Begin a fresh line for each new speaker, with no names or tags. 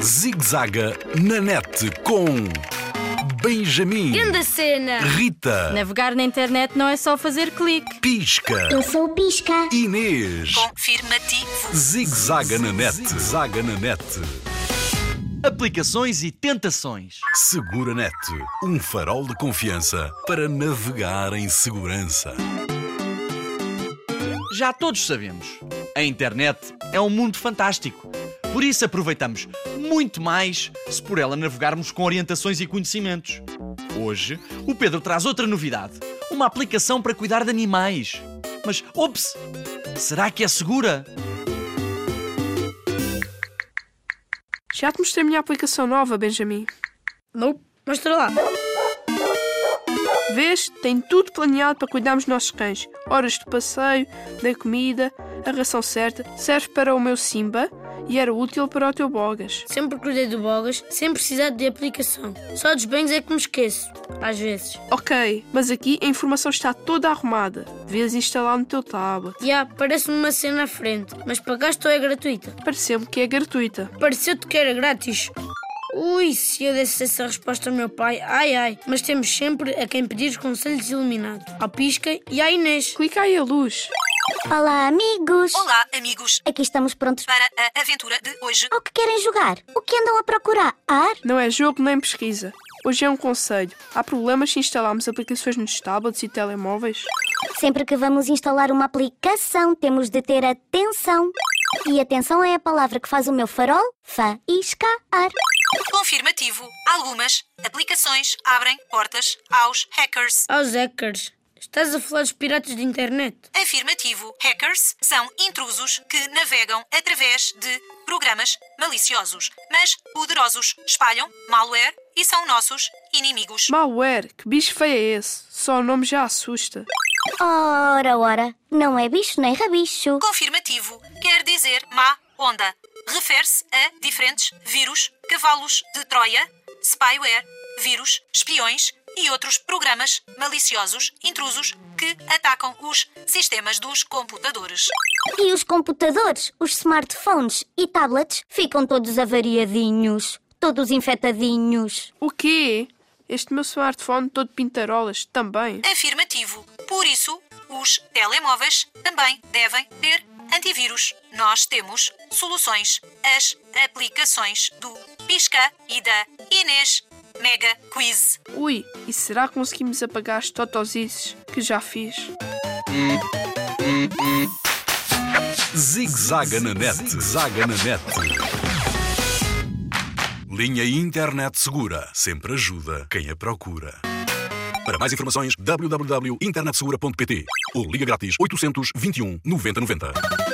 Zigzaga na net com Benjamin,
Grande cena!
Rita,
Navegar na internet não é só fazer clique.
Pisca,
Eu sou o Pisca.
Inês.
Confirmativo.
Zigzaga na net, zaga na net.
Aplicações e tentações.
Segura net, um farol de confiança para navegar em segurança.
Já todos sabemos, a internet é um mundo fantástico. Por isso aproveitamos muito mais se por ela navegarmos com orientações e conhecimentos. Hoje, o Pedro traz outra novidade: uma aplicação para cuidar de animais. Mas, ops, será que é segura?
Já te mostrei a minha aplicação nova, Benjamin.
Nope. Mostra lá.
Vês? Tem tudo planeado para cuidarmos dos nossos cães. Horas de passeio, da comida, a ração certa. Serve para o meu Simba e era útil para o teu Bogas.
Sempre cuidei do Bogas, sem precisar de aplicação. Só dos banhos é que me esqueço, às vezes.
Ok, mas aqui a informação está toda arrumada. Devias instalar no teu tablet.
E há, parece-me uma cena à frente, mas para cá estou é gratuita.
Pareceu-me que é gratuita.
Pareceu-te que era grátis. Ui, se eu desse essa resposta ao meu pai, ai ai. Mas temos sempre a quem pedir os conselhos iluminados. Ao Pisca e à Inês.
Clica aí a luz.
Olá, amigos.
Olá, amigos,
Aqui estamos prontos
para a aventura de hoje.
ao que querem jogar. O que andam a procurar? Ar?
Não é jogo nem pesquisa. Hoje é um conselho. Há problemas se instalarmos aplicações nos tablets e telemóveis?
Sempre que vamos instalar uma aplicação, temos de ter atenção. E atenção é a palavra que faz o meu farol faiscar.
Confirmativo. Algumas aplicações abrem portas aos hackers.
Aos hackers. Estás a falar dos piratas de internet?
Afirmativo. Hackers são intrusos que navegam através de programas maliciosos, mas poderosos. Espalham malware e são nossos inimigos.
Malware, que bicho feio é esse? Só o nome já assusta.
Ora, ora, não é bicho nem rabicho.
Confirmativo quer dizer má onda. Refere-se a diferentes vírus, cavalos de Troia, spyware, vírus, espiões e outros programas maliciosos, intrusos, que atacam os sistemas dos computadores.
E os computadores, os smartphones e tablets ficam todos avariadinhos, todos infetadinhos.
O quê? Este meu smartphone todo pintarolas também.
Afirmativo. Por isso, os telemóveis também devem ter antivírus. Nós temos soluções. As aplicações do Pisca e da Inês Mega Quiz.
Ui, e será que conseguimos apagar as totosices que já fiz?
Zigzaga na net, zaga na net. Linha Internet Segura sempre ajuda quem a procura. Para mais um informações, www.internetsegura.pt ou liga grátis 821 9090.